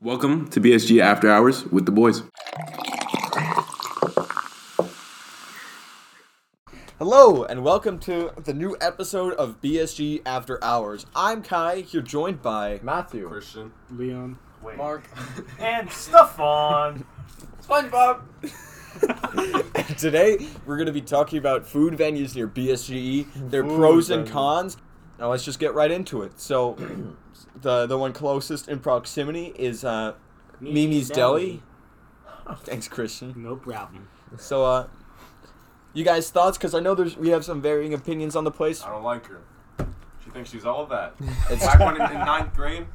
Welcome to BSG After Hours with the boys. Hello and welcome to the new episode of BSG After Hours. I'm Kai. You're joined by Matthew. Christian. Leon. Mark. and Stefan. SpongeBob. today. We're going to be talking about food venues near BSGE, E, their pros and venues. cons. Now let's just get right into it. So, the the one closest in proximity is uh, Mimi's Deli. Thanks, Christian. No problem. So, uh, you guys' thoughts? Because I know there's we have some varying opinions on the place. I don't like her. She thinks she's all of that. It's- Back when in, in ninth grade,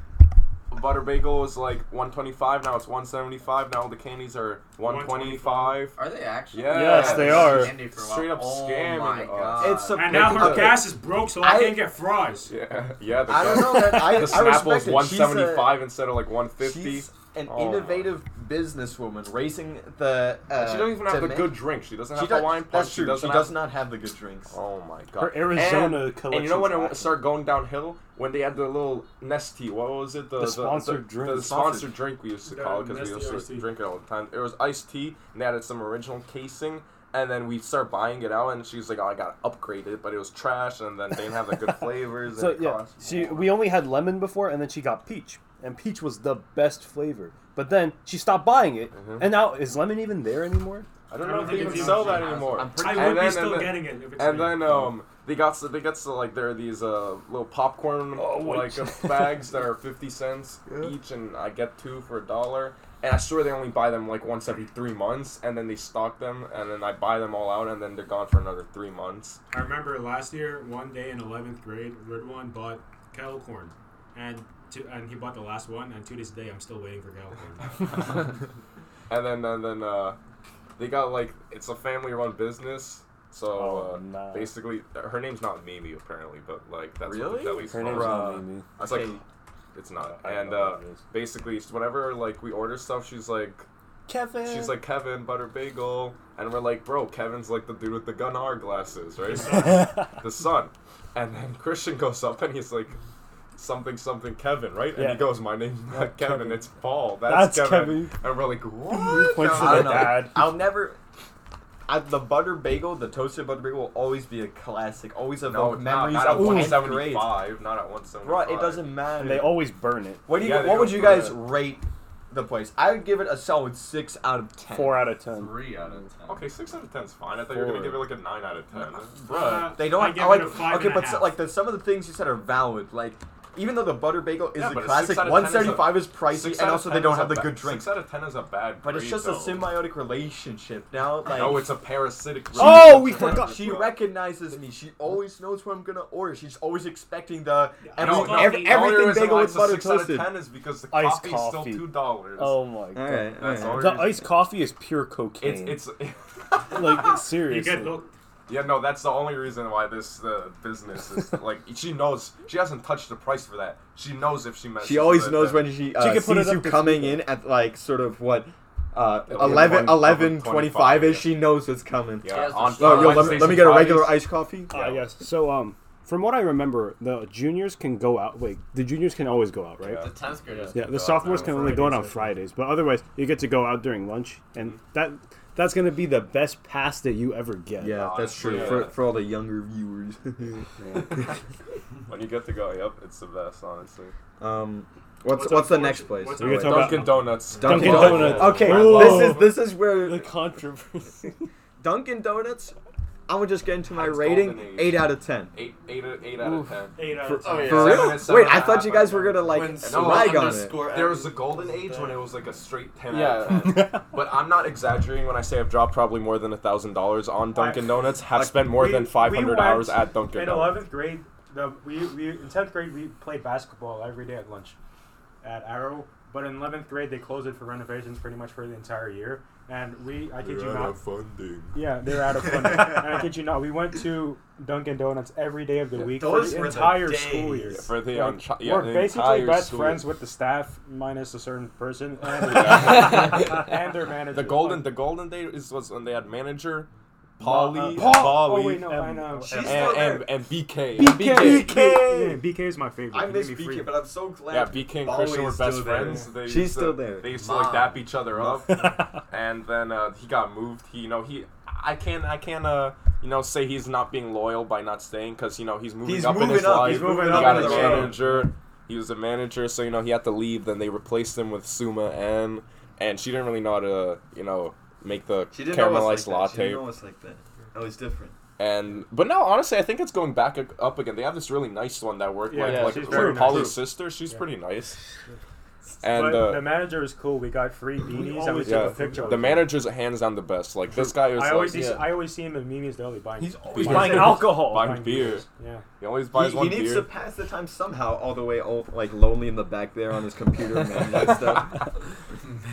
a butter bagel was like 125. Now it's 175. Now all the candies are 125. Are they actually? Yeah. Yes, they are. Straight up scam. Oh scamming my us. god. It's a- And now Like, her uh, gas is broke, so I, I- can't get fries. Yeah, yeah. The, I don't know. That, I, I the Snapple respect is it. She's a- 175 instead of like 150. She's an Oh. innovative businesswoman raising the. Uh, she doesn't even have the demand- good drink. She doesn't She have does, Hawaiian punch. that's She true. She doesn't does have. not have the good drinks. Oh my god. Her Arizona and, collection's And you know when it lacking. started going downhill when they had the little Nesty. What was it? The, sponsored the, drink. The sponsored drink we used to Yeah, call it because we Nesty used to iced tea. drink it all the time. It was iced tea and they added some original casing. And then we start buying it out, and she's like, "Oh, I gotta upgrade it," but it was trash, and then they didn't have the good flavors. So and it yeah, cost she more. we only had lemon before, and then she got peach, and peach was the best flavor. But then she stopped buying it, Mm-hmm. and now is lemon even there anymore? I don't I know don't if they think even it's sell even that cheap. anymore. I'm I pretty- would And be then- still and then- getting it if it's And me. then um, they got so they got so like there are these uh little popcorn like uh, bags that are fifty cents each, and I get two for a dollar. And I swear they only buy them like once every three months, and then they stock them, and then I buy them all out, and then they're gone for another three months. I remember last year, one day in 11th grade, Ridwan bought kettle corn. And to, and he bought the last one, and to this day, I'm still waiting for kettle corn. And then and then uh, they got like it's a family-run business. So Oh, uh, no. basically, her name's not Mimi apparently, but like that's Really? what the deli's Her called. name's not Uh, Mimi. It's like Okay. it's not. I don't And know uh, what it is. basically, it's whenever like we order stuff, she's like, Kevin. she's like Kevin Butter Bagel, and we're like, bro, Kevin's like the dude with the gun R glasses, right? the son. And then Christian goes up and he's like, something something Kevin, right? And Yeah. he goes, my name's not Kevin, Kevin. it's Paul. That's, That's Kevin. Kevin. And we're like, what? points to I No, I don't the know. know. dad. I'll never. I, the butter bagel, the toasted butter bagel, will always be a classic. Always No, evoke it's not, memories not of at ninth grade. 175, not at 175. Right, it doesn't matter. and they always burn it. what do you? Yeah, they what would go you for guys that. rate the place? I would give it a solid six out of ten. Four out of ten. Three out of ten. Okay, six out of ten is fine. I thought you were gonna Four. give it like a nine out of ten. Uh, They don't. I give I like, it a five okay, and a but so- half. like the, some of the things you said are valid. Like even though the butter bagel is Yeah, a but a classic, six out of 10 is a- one seventy five is pricey, Six and out of also they 10 don't is have a the ba- good drinks. Six out of ten is a bad. But it's grade, just a though. symbiotic relationship now. Like No, it's a parasitic. Oh, relationship. we forgot. She recognizes me. She always knows what I'm gonna order. She's always expecting the every, No, no, every, the only everything bagel with with butter six out of toasted. ten is because the Iced coffee is still coffee. two dollars. Oh my god. That's all The it is. iced coffee is pure cocaine. It's it's like you seriously. get hooked. yeah no that's the only reason why this uh, business is like she knows she hasn't touched the price for that she knows if she messes She always with knows it. when she, She uh, could put it sees up you this coming in weekend. at like sort of what uh, Yeah, 11, 11, 11, 25, 25 is. yeah. She knows it's coming. yeah, has the on, Oh, Oh, yo, let, me- Wednesdays let me and get a Fridays. regular iced coffee. Ah, yes. So um, from what I remember, the juniors can go out. Wait, the juniors can always go out, right? Yeah. The tenth graders. Yeah, the go out sophomores on can only go out on Fridays, I Fridays, but otherwise you get to go out during lunch, Mm-hmm. and that that's gonna be the best pass that you ever get. Yeah, that's true Honestly, for, yeah. for all the younger viewers. when you get to go yep it's the best honestly um, what's What's what's, the unfortunate- next place? what's Oh, We can wait. talk about- Dunkin' Donuts Dunkin' Dunkin' Donuts. Donuts. Okay, Whoa. this Oh. is this is where the controversy. Dunkin' Donuts. I'm gonna just get into my It's golden rating. age. Eight out of ten. eight eight eight out of ten Eight uh, out For- of ten. oh, yeah. For Seven real? and seven Wait, I and a thought half you guys out of were gonna like When swag on it. underscore There was Evans the golden age when it was like a straight ten out Yeah. of ten. but I'm not exaggerating when I say I've dropped probably more than a thousand dollars on Dunkin' Donuts. Have spent more we- than we five hundred went hours at Dunkin' in Donuts. eleventh grade, the, we, we in tenth grade we played basketball every day at lunch at Arrow. But in eleventh grade, they closed it for renovations pretty much for the entire year. And we, I kid you not, funding. yeah, they were out of funding. and I kid you not, we went to Dunkin' Donuts every day of the week those for were the the entire days. school year. For the, Like, um, chi- yeah, we're the basically entire best school. friends with the staff, minus a certain person and their, and their manager. The golden, the golden day is was when they had manager, Polly, Uh, Paul- Oh Bali, wait, no, Um, and um, and, She's still and, there. and BK. BK. yeah, BK is my favorite. I He miss made me free. BK, but I, I'm so glad. Yeah, BK and Christian were Bali's best still there. friends. They She's used still to, there. They used to like Mom. dap each other up, and then uh, he got moved. He, you know, he. I can't. I can't. Uh, you know, say he's not being loyal by not staying because you know he's moving He's up in moving his up. life. He's moving he up got in a the world. manager. He was a manager, so you know he had to leave. Then they replaced him with Suma and and she didn't really know how to you know make the She didn't know caramelized us like that. She latte. didn't know us like that. That was different. And but no, honestly, I think it's going back ag- up again. They have this really nice one that worked Yeah, like yeah, like, she's like very nice. Polly's True. sister. She's Yeah. pretty nice. And but the uh, manager is cool. We got free beanies. I always would yeah, take a picture. of the him. manager's hands down the best. Like this guy is I always, like see, yeah. I always see him at Mimi's Deli buying. He's he's always Buying buying- alcohol. buying beer. yeah. He always He, buys he one needs beer. to pass the time somehow, all the way, all, like lonely in the back there on his computer and all that stuff.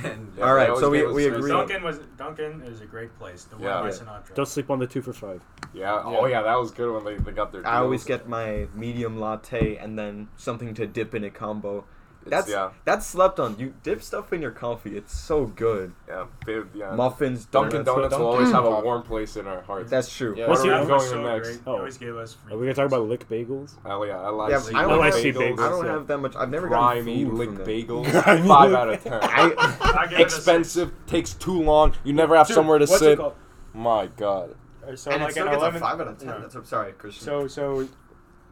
Man, Yeah, All right, they always so we- gave us we free agree. stuff. Duncan was Duncan is a great place. The one Yeah. by Yeah. Sinatra. Don't sleep on the two for five. Yeah. Oh yeah, that was good when they, they got their. I always deals. get my medium latte and then something to dip in a combo. That's yeah. that's slept on. You dip stuff in your coffee. It's so good. yeah, bib, yeah. Muffins, Dunkin' donuts. Mm. Donuts will always have a warm place in our hearts. That's true. yeah, What's where your- are we That was going so next? great. They Oh. always gave us free. Are we gonna talk about lick bagels? Hell yeah, I like. Yeah, Oh, I don't I like see bagels. I don't Yeah. have that much. I've never gotten Grimy food lick from them. bagels. Grimy Five lick- out of ten. I, I gave it a six. Expensive, takes too long. You never have Dude, somewhere to what's it sit. called? My God. Uh, So and it like an still gets a eleven. five out of ten. no. That's I'm sorry, Christian. So so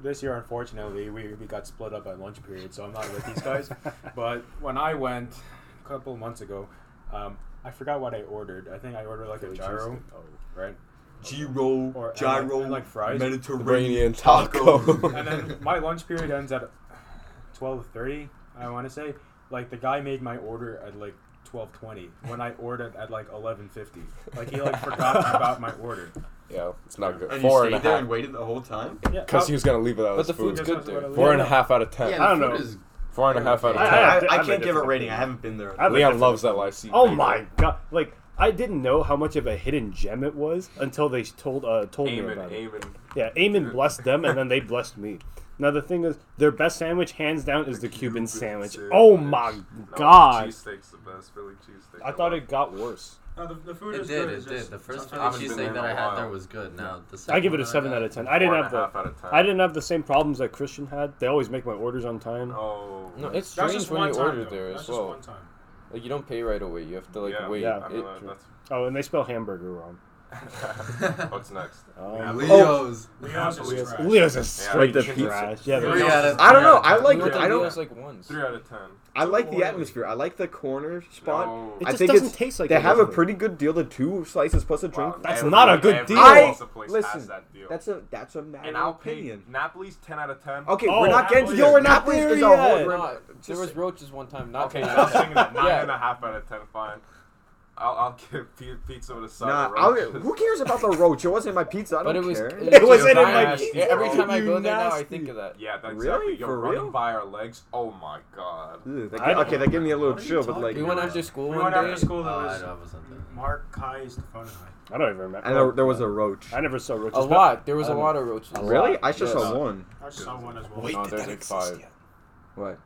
this year, unfortunately, we, we got split up at lunch period, so I'm not with these guys. but when I went a couple months ago, um, I forgot what I ordered. I think I ordered like a gyro, right? Gyro, Or- and gyro, like- and like fries? Mediterranean taco. and then my lunch period ends at twelve thirty. I want to say, like the guy made my order at like twelve twenty when I ordered at like eleven fifty. Like he like forgot about my order. Yeah, it's not good. and you Four and stayed a there and half. waited the whole time. Yeah, Because oh, he was gonna leave without But his the food. food's good good there. there. Yeah. Four and a half out of ten. I don't know. Four and a half out of I- ten. I- I, I- I I can't give a different. rating. I haven't been there. I- Leon loves that live seed. Oh bagel. my god! Like I didn't know how much of a hidden gem it was until they told uh, told me Amen, about it. amen. Yeah, Eamon blessed them, and then they blessed me. Now the thing is, their best sandwich, hands down, is the, Cuban, Cuban sandwich. sandwich. Oh my No, god! Cheesesteak's the best. Philly cheesesteak. I thought it got worse. No, the, the food It is did, good. it it's did. just The first sometimes Philly it's been cheesesteak in that a I had there while. was good. Now I the second give it one a seven got- out of ten. I didn't Four and have a half the out of ten. I didn't have the same problems that Christian had. They always make my orders on time. Oh. No, it's That's strange just when one you time. order though. there That's as just well. one time. Like you don't pay right away. You have to like yeah, wait. Yeah. I It- mean, uh, that's, Oh, and they spell hamburger wrong. what's next? Um, Leo's. Leo's is Leo's- trash. Leo's is Yeah, straight like the pizza. trash. Yeah, Three but- out of I don't know. ten. I like. we went it. to I don't. Leo's, like once. Three out of ten. Oh, I like the atmosphere. I like the corner spot. No. It I just think doesn't it's- taste like they it have a doesn't. pretty good deal of two slices plus a drink. Wow, That's every- not a good every deal. pizza place has listen. that deal. That's a that's a matter and I'll of pay opinion. Napoli's ten out of ten. Okay, Oh, we're not getting Napoli's- yo. We're not Napoli's there is a yet. whole- No, there just- was roaches one time. Not Okay, bad. I'll sing that nine Yeah. and a half out of ten. Fine. I'll, I'll give pi- pizza with a side Nah, of I'll, roaches. who cares about the roach? It wasn't my pizza. I don't But it was. care. It was in Oh, it, like- nasty. every time I go there now, I think of that. Yeah, that's Really? exactly. You're For running real? by our legs. Oh my god. Ugh, that I gi- okay, that gave me a little What are you chill, but talking like, We went after school We one went day. after school. There Oh, I was know, it wasn't there. Mark, Kai, Stefan, and I. I don't even remember. and there, there was a roach. I never saw roaches. A but- lot. There was a Um, lot of roaches. Really? I just Yes. saw one. I saw one as well. no, there's like five. What?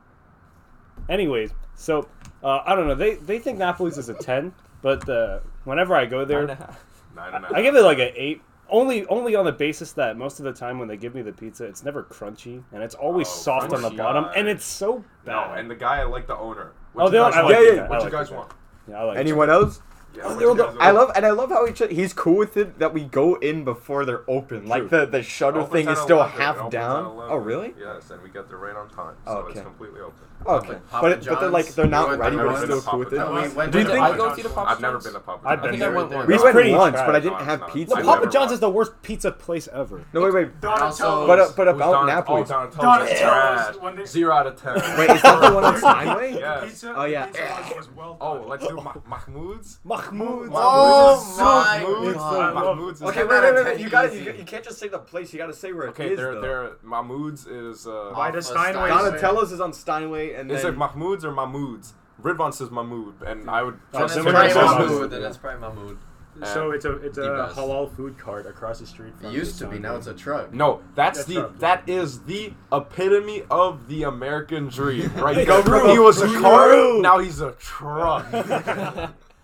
Anyways, so uh, I don't know. They they think Napoli's is a ten, but uh, whenever I go Nine and a there, half. Nine and a half. I give it like an eight. Only only on the basis that most of the time when they give me the pizza, it's never crunchy and it's always Oh, soft on the crunchy. bottom, and it's so No, bad. and the guy I like the owner. What Oh, you they guys don't- I want? like Yeah, the guy. What I you like the guys guy. want? yeah, I like. Anyone else? Yeah, Oh, what there you we go. guys I want? love and I love how he ch- he's cool with it that we go in before they're open. Like the the shutter Opens thing at is still 11. It half opens down. at 11. Oh really? Yes, and we get there right on time, so Oh, okay. it's completely open. Okay, Like Papa but it, but they're like John's. they're We not went ready, to but Papa it's still John's. cool with it. No, We went Do you to think- Papa I go see the John's Papa I've never been to Papa. I've John's. been I there. went there. once. We It's went pretty once, trash. but I didn't No, have it's not. pizza. The I've Papa never John's went. is the worst pizza place ever. No wait wait. Also- But uh, Who's but about Oh, Napoli. Donatello's is trash. Donatello's, when they- Zero out of ten. Wait, is that the one on Steinway? Yeah. Yes. Pizza, Oh, yeah. The pizza was- was well Oh, done. let's do Ma- Mahmoud's. Mahmoud. Oh my Mahmoud's. God. Mahmoud's is Okay, Ten wait, out wait, of wait, ten, wait. You got easy. you, you can't just say the place. You got to say where it Okay, is, there, though. there. Mahmoud's is. Uh, By the Alpha Steinway. Stein. Donatello's is on Steinway, and is then it Mahmoud's or Mahmoud's? Ridvan says Mahmoud, and I would Oh, Then it's trust so him. we're probably gonna my say mood. Mahmoud, Then it's probably my mood. So it's a it's a The best. halal food cart across the street. From It used the to be. Sonic. Now it's a truck. No, that's, That's the not- that is the epitome of the American dream, right? Go Go from he was a true. car, now he's a truck.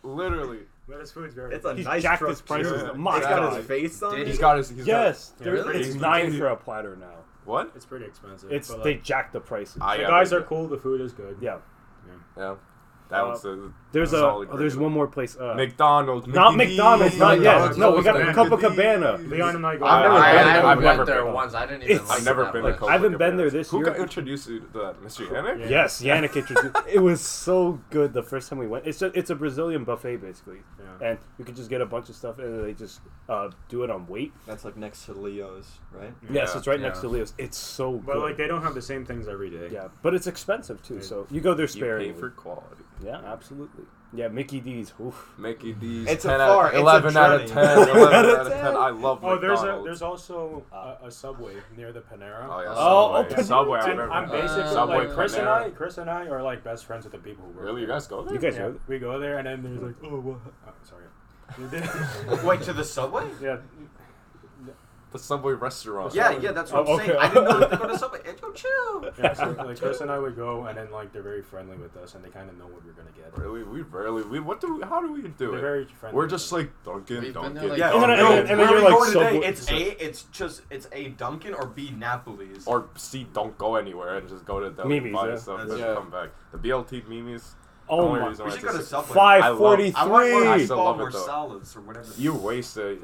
Literally, But his food's very. It's a He's nice jacked truck. his prices too. up. My It's got God. his face on Did it. he? He's got his. He's yes, Got, they're- really? it's nine for a platter now. what? It's pretty expensive. It's but, they like, jacked the prices. I the got guys it. are cool. The food is good. yeah, Yeah. That Uh, was a there's a solid there's grade. one more place. Uh, McDonald's. not McDonald's, not yet. McDonald's, No, we got McDonald's. Copacabana. Leon and I go. I've out. never I, I, been- have I've went never there been. once. I didn't even. It's- like I've never that been. place. to I haven't been there this Who year. got introduced you to that, Mr. Yannick? Yeah. Yes, Yannick introduced. it was so good the first time we went. It's a, it's a Brazilian buffet basically, Yeah. and you could just get a bunch of stuff and they just uh, do it on weight. That's like next to Leo's, right? yes, it's right next yeah. to Leo's. It's so But good. like they don't have the same things every day. yeah, but it's expensive too. So you go there You sparingly. pay for quality. yeah, absolutely. Yeah, Mickey D's. Oof. Mickey D's. It's a 10 Out, far- it's a 11 out of journey. 10. 11 out of 10. I love Oh, there's a McDonald's. there's also a, a subway near the Panera. Oh, yeah. Oh, Subway. open- Subway. I And remember. I'm basically Subway like Chris and Panera. I. Chris and I are like best friends with the people who work. Really? You there. guys go there? You guys Yeah, know. we go there and then there's like, oh, what? Oh, sorry. Wait to the subway? yeah, The Subway restaurant. Yeah, yeah, that's what Oh, I'm saying. okay. I didn't know you could go to subway. Hey, go chill. yeah. So like Chris and I would go and then like they're very friendly with us and they kind of know what we're gonna get. Really? We rarely. We, what do we, how do we do They're it? very friendly. We're with just us. like Dunkin', We've been there, Dunkin'. like- yeah, And then- and then- Dunkin'. and then you're Where we like going today? Subway- It's a, it's just, it's a Dunkin' or B Napoli's. or C, don't go anywhere and just go to Dunkin'. Mimi's, buy yeah. stuff and That's- then come back. The BLT Mimi's. the Oh only my. reason we why should it's go to a- Subway. I Five love- forty I want more I three. still meatball love it, or though. salads or whatever. You waste a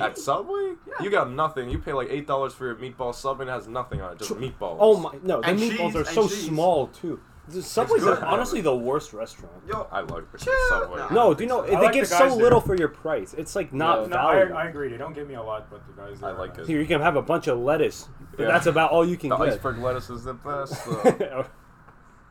at Subway? You got nothing. You pay like eight dollars for your meatball sub and it has nothing on it, just meatballs. Oh my. No, the And meatballs cheese, are and so cheese. small too. The Subway's good. are honestly the worst restaurant. Yo, I like the Chill. Subway. No. No, do you know I they like give the so guys little there. for your price? It's like not No, I, valuable. I agree. They don't give me a lot, but the guys. I there are uh, like nice. it. Here you can have a bunch of lettuce, but Yeah. that's about all you can The get. Oh, iceberg lettuce is the best. though.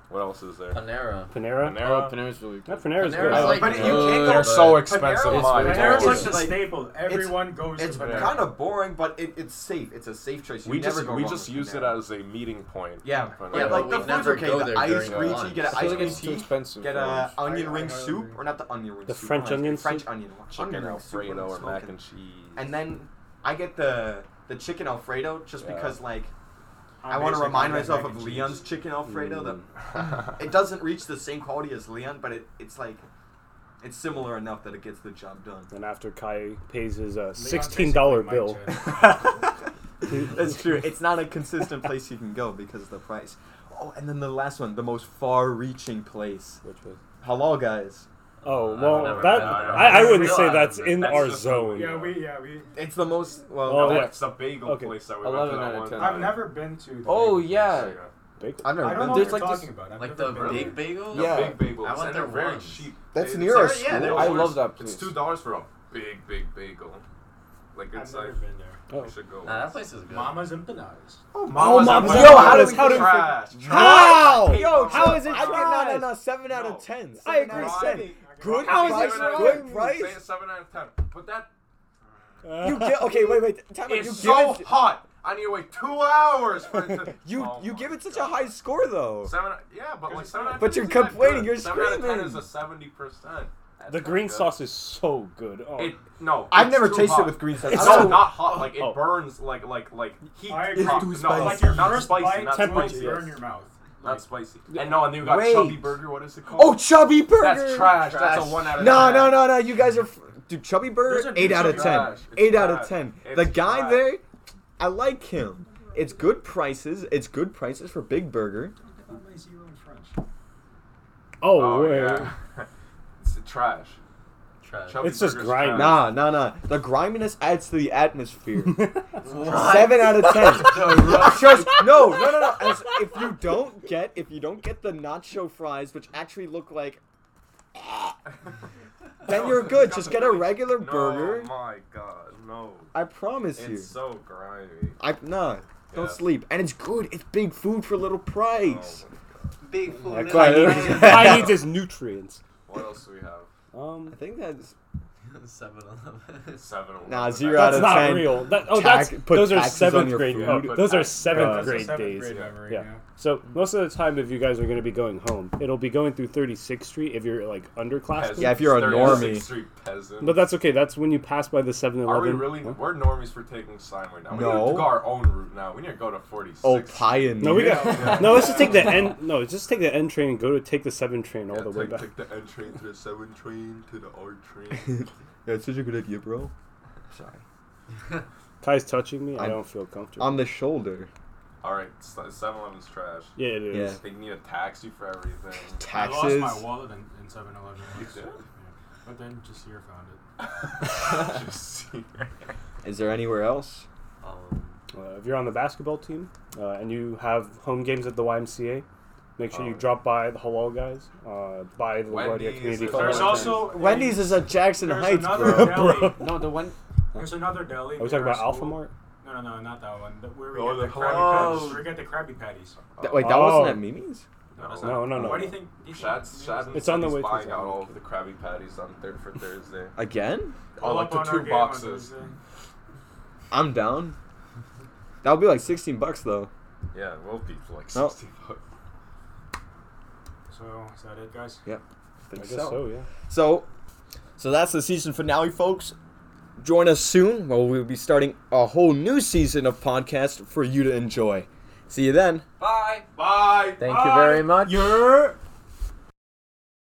what else is there? Panera. Oh, Panera. Panera. Panera's really That Panera's Panera's good. like But you can't good, go- They're but- so expensive. Panera's- My Panera's lord. like the Like, staple. Everyone goes It's to Panera. kind of boring, but it, it's safe. It's a safe choice. You we never just go we wrong just with use it Panera. as a meeting point. Yeah, for yeah, Panera. like we the food's never okay. go The there ice during our green tea, lunch. get an I ice feel like green it's tea, too expensive get for a lunch. onion I- I ring hardly- soup, or not the onion ring The soup, French what am I onion saying? soup? French onion, Chicken onion ring soup, Alfredo or what am I mac smoking? and cheese. And then I get the the chicken Alfredo just Yeah. because like I'm I want to basically remind on that myself mac of and cheese. Leon's chicken Alfredo. Mm. That it doesn't reach the same quality as Leon, but it, it's like it's similar enough that it gets the job done. And after Kai pays his uh, Leon sixteen dollar basically bill, might check. That's true. It's not a consistent place you can go because of the price. Oh, and then the last one, the most far-reaching place, which was halal guys. oh I've never well, that been there. I, I wouldn't No, say I that's haven't. in That's our just- zone. Yeah, we yeah we. It's the most well. Oh, no, wait. That's the bagel Okay. place that we went 11 to that out of one 10. time. I've never been to. the Oh, Vegas. yeah. Big- I've never I don't been there. know what There's you're like this. talking about. I've Like the never been big bagel. The Yeah. big bagels. I went and there they're very once. cheap. That's It's near our like- school. they're I always- love that place. It's two dollars for a big, big bagel. Like I've it's never like been there. Oh. we should go. Nah, that place is good. Mama's empanadas. Oh, Mama's Mama's Mama's Yo, Empanadas. how does How do we- trash? How? Yo, How is it I trash? get no, no, no, seven out of ten. I Seven out agree, of seven. ten. Good How is price, it wrong? good Say price. it's seven out of ten. But that You get okay. Wait, wait. Time out. You is give so it. hot. I need to wait two hours for it to. You Oh you my give it such a God. high score though. Seven. out- Yeah, but like seven. out of But 10 you're isn't that complaining, good. you're seven out of ten is screaming. a seventy percent. The green sauce is so good. Oh, It no. I've it's never too tasted hot. with green sauce. It's It's no, so- not hot. Like it Oh. burns. Like like like heat. I agree. prop- It's too No, like spicy. your not First spicy. bite, Not burn spicy. in your mouth. Not spicy. And no, and then you got Wait. chubby burger. What is it called? Oh, Chubby Burger. that's trash. That's a one out of No, ten. no, no, no. You guys are. F- Dude, Chubby There's Burger, a eight out of Chubby ten. Burger. It's Eight out of trash. ten. It's The guy trash. there, I like him. It's good prices. It's good prices for Big Burger. oh, Oh wait. yeah. it's trash. Trash. Chubby It's just burger's grimy. trash. Nah, nah, nah. The griminess adds to the atmosphere. Seven out of ten. Just no, no, no, no. As, if you don't get, if you don't get the nacho fries, which actually look like, then No, you're you good. got Just the get a big- regular No, burger. my god, no. I promise you. It's so grimy. I nah. Don't Yeah. sleep. And it's good. It's big food for little Oh my price. god. Big food. Oh, That guy needs, his- guy needs his nutrients. What else do we have? Um, I think that's Seven Eleven. Seven. Nah, zero That's out That's of not ten. real. That, oh, Tax- that's put those are taxes on seventh your grade. food. oh, Put those are tax- seventh uh, grade seventh days. grade memory, yeah. yeah. So most of the time, if you guys are going to be going home, it'll be going through 36th Street if you're like underclassmen. Yeah, if you're a 36th normie. Street peasant. But that's okay. That's when you pass by the 7-Eleven. Are we really? We're normies for taking sign right now. We No. need to go our own route now. We need to go to 46. Oh, pioneer. No, we got. Yeah. No, let's just take the N. No, just take the N train and go to take the seven train all Yeah, the way take, back. take the N train to the 7 train to the R train. Yeah, it's such a good idea, bro. Sorry. Kai's touching me. I I'm- don't feel comfortable. On the shoulder. All right, 7-Eleven's trash. yeah, it is. Yeah. They need a taxi for everything. Taxes. I lost my wallet in, in 7-Eleven. once. did? Yeah. But then Jasir found it. Just see. Is there anywhere else? Um, Uh, if you're on the basketball team uh, and you have home games at the YMCA, make sure Oh, you yeah. drop by the Halal guys, uh, by the LaGuardia Wendy's, Community there's College. There's Wendy's. also Wendy's is at Jackson there's Heights, another bro. deli. Bro. No, the one. There's another deli. Are we near talking about our Alpha school. Mart? No, no, no, not that one. The- Where we Oh, get the the Krabby Hawaiian Patties. Patties. Where we get the Krabby Patties. That- wait, that Oh. wasn't at Mimi's? that's No, not- no, no, Why no. do you think? do you think- Shad, Shad It's on the he's way to buying out Zion. all of the Krabby Patties on third for Thursday. Again? Oh, All like up the on our two game on boxes. Thursday. I'm down. That would be like 16 bucks, though. Yeah, we'll be for like No. 60 bucks. So is that it, guys? I I think guess so. yeah. So, so that's the season finale, folks. Join us soon, where we'll be starting a whole new season of podcast for you to enjoy. See you then. Bye! Bye! Thank you very much. You're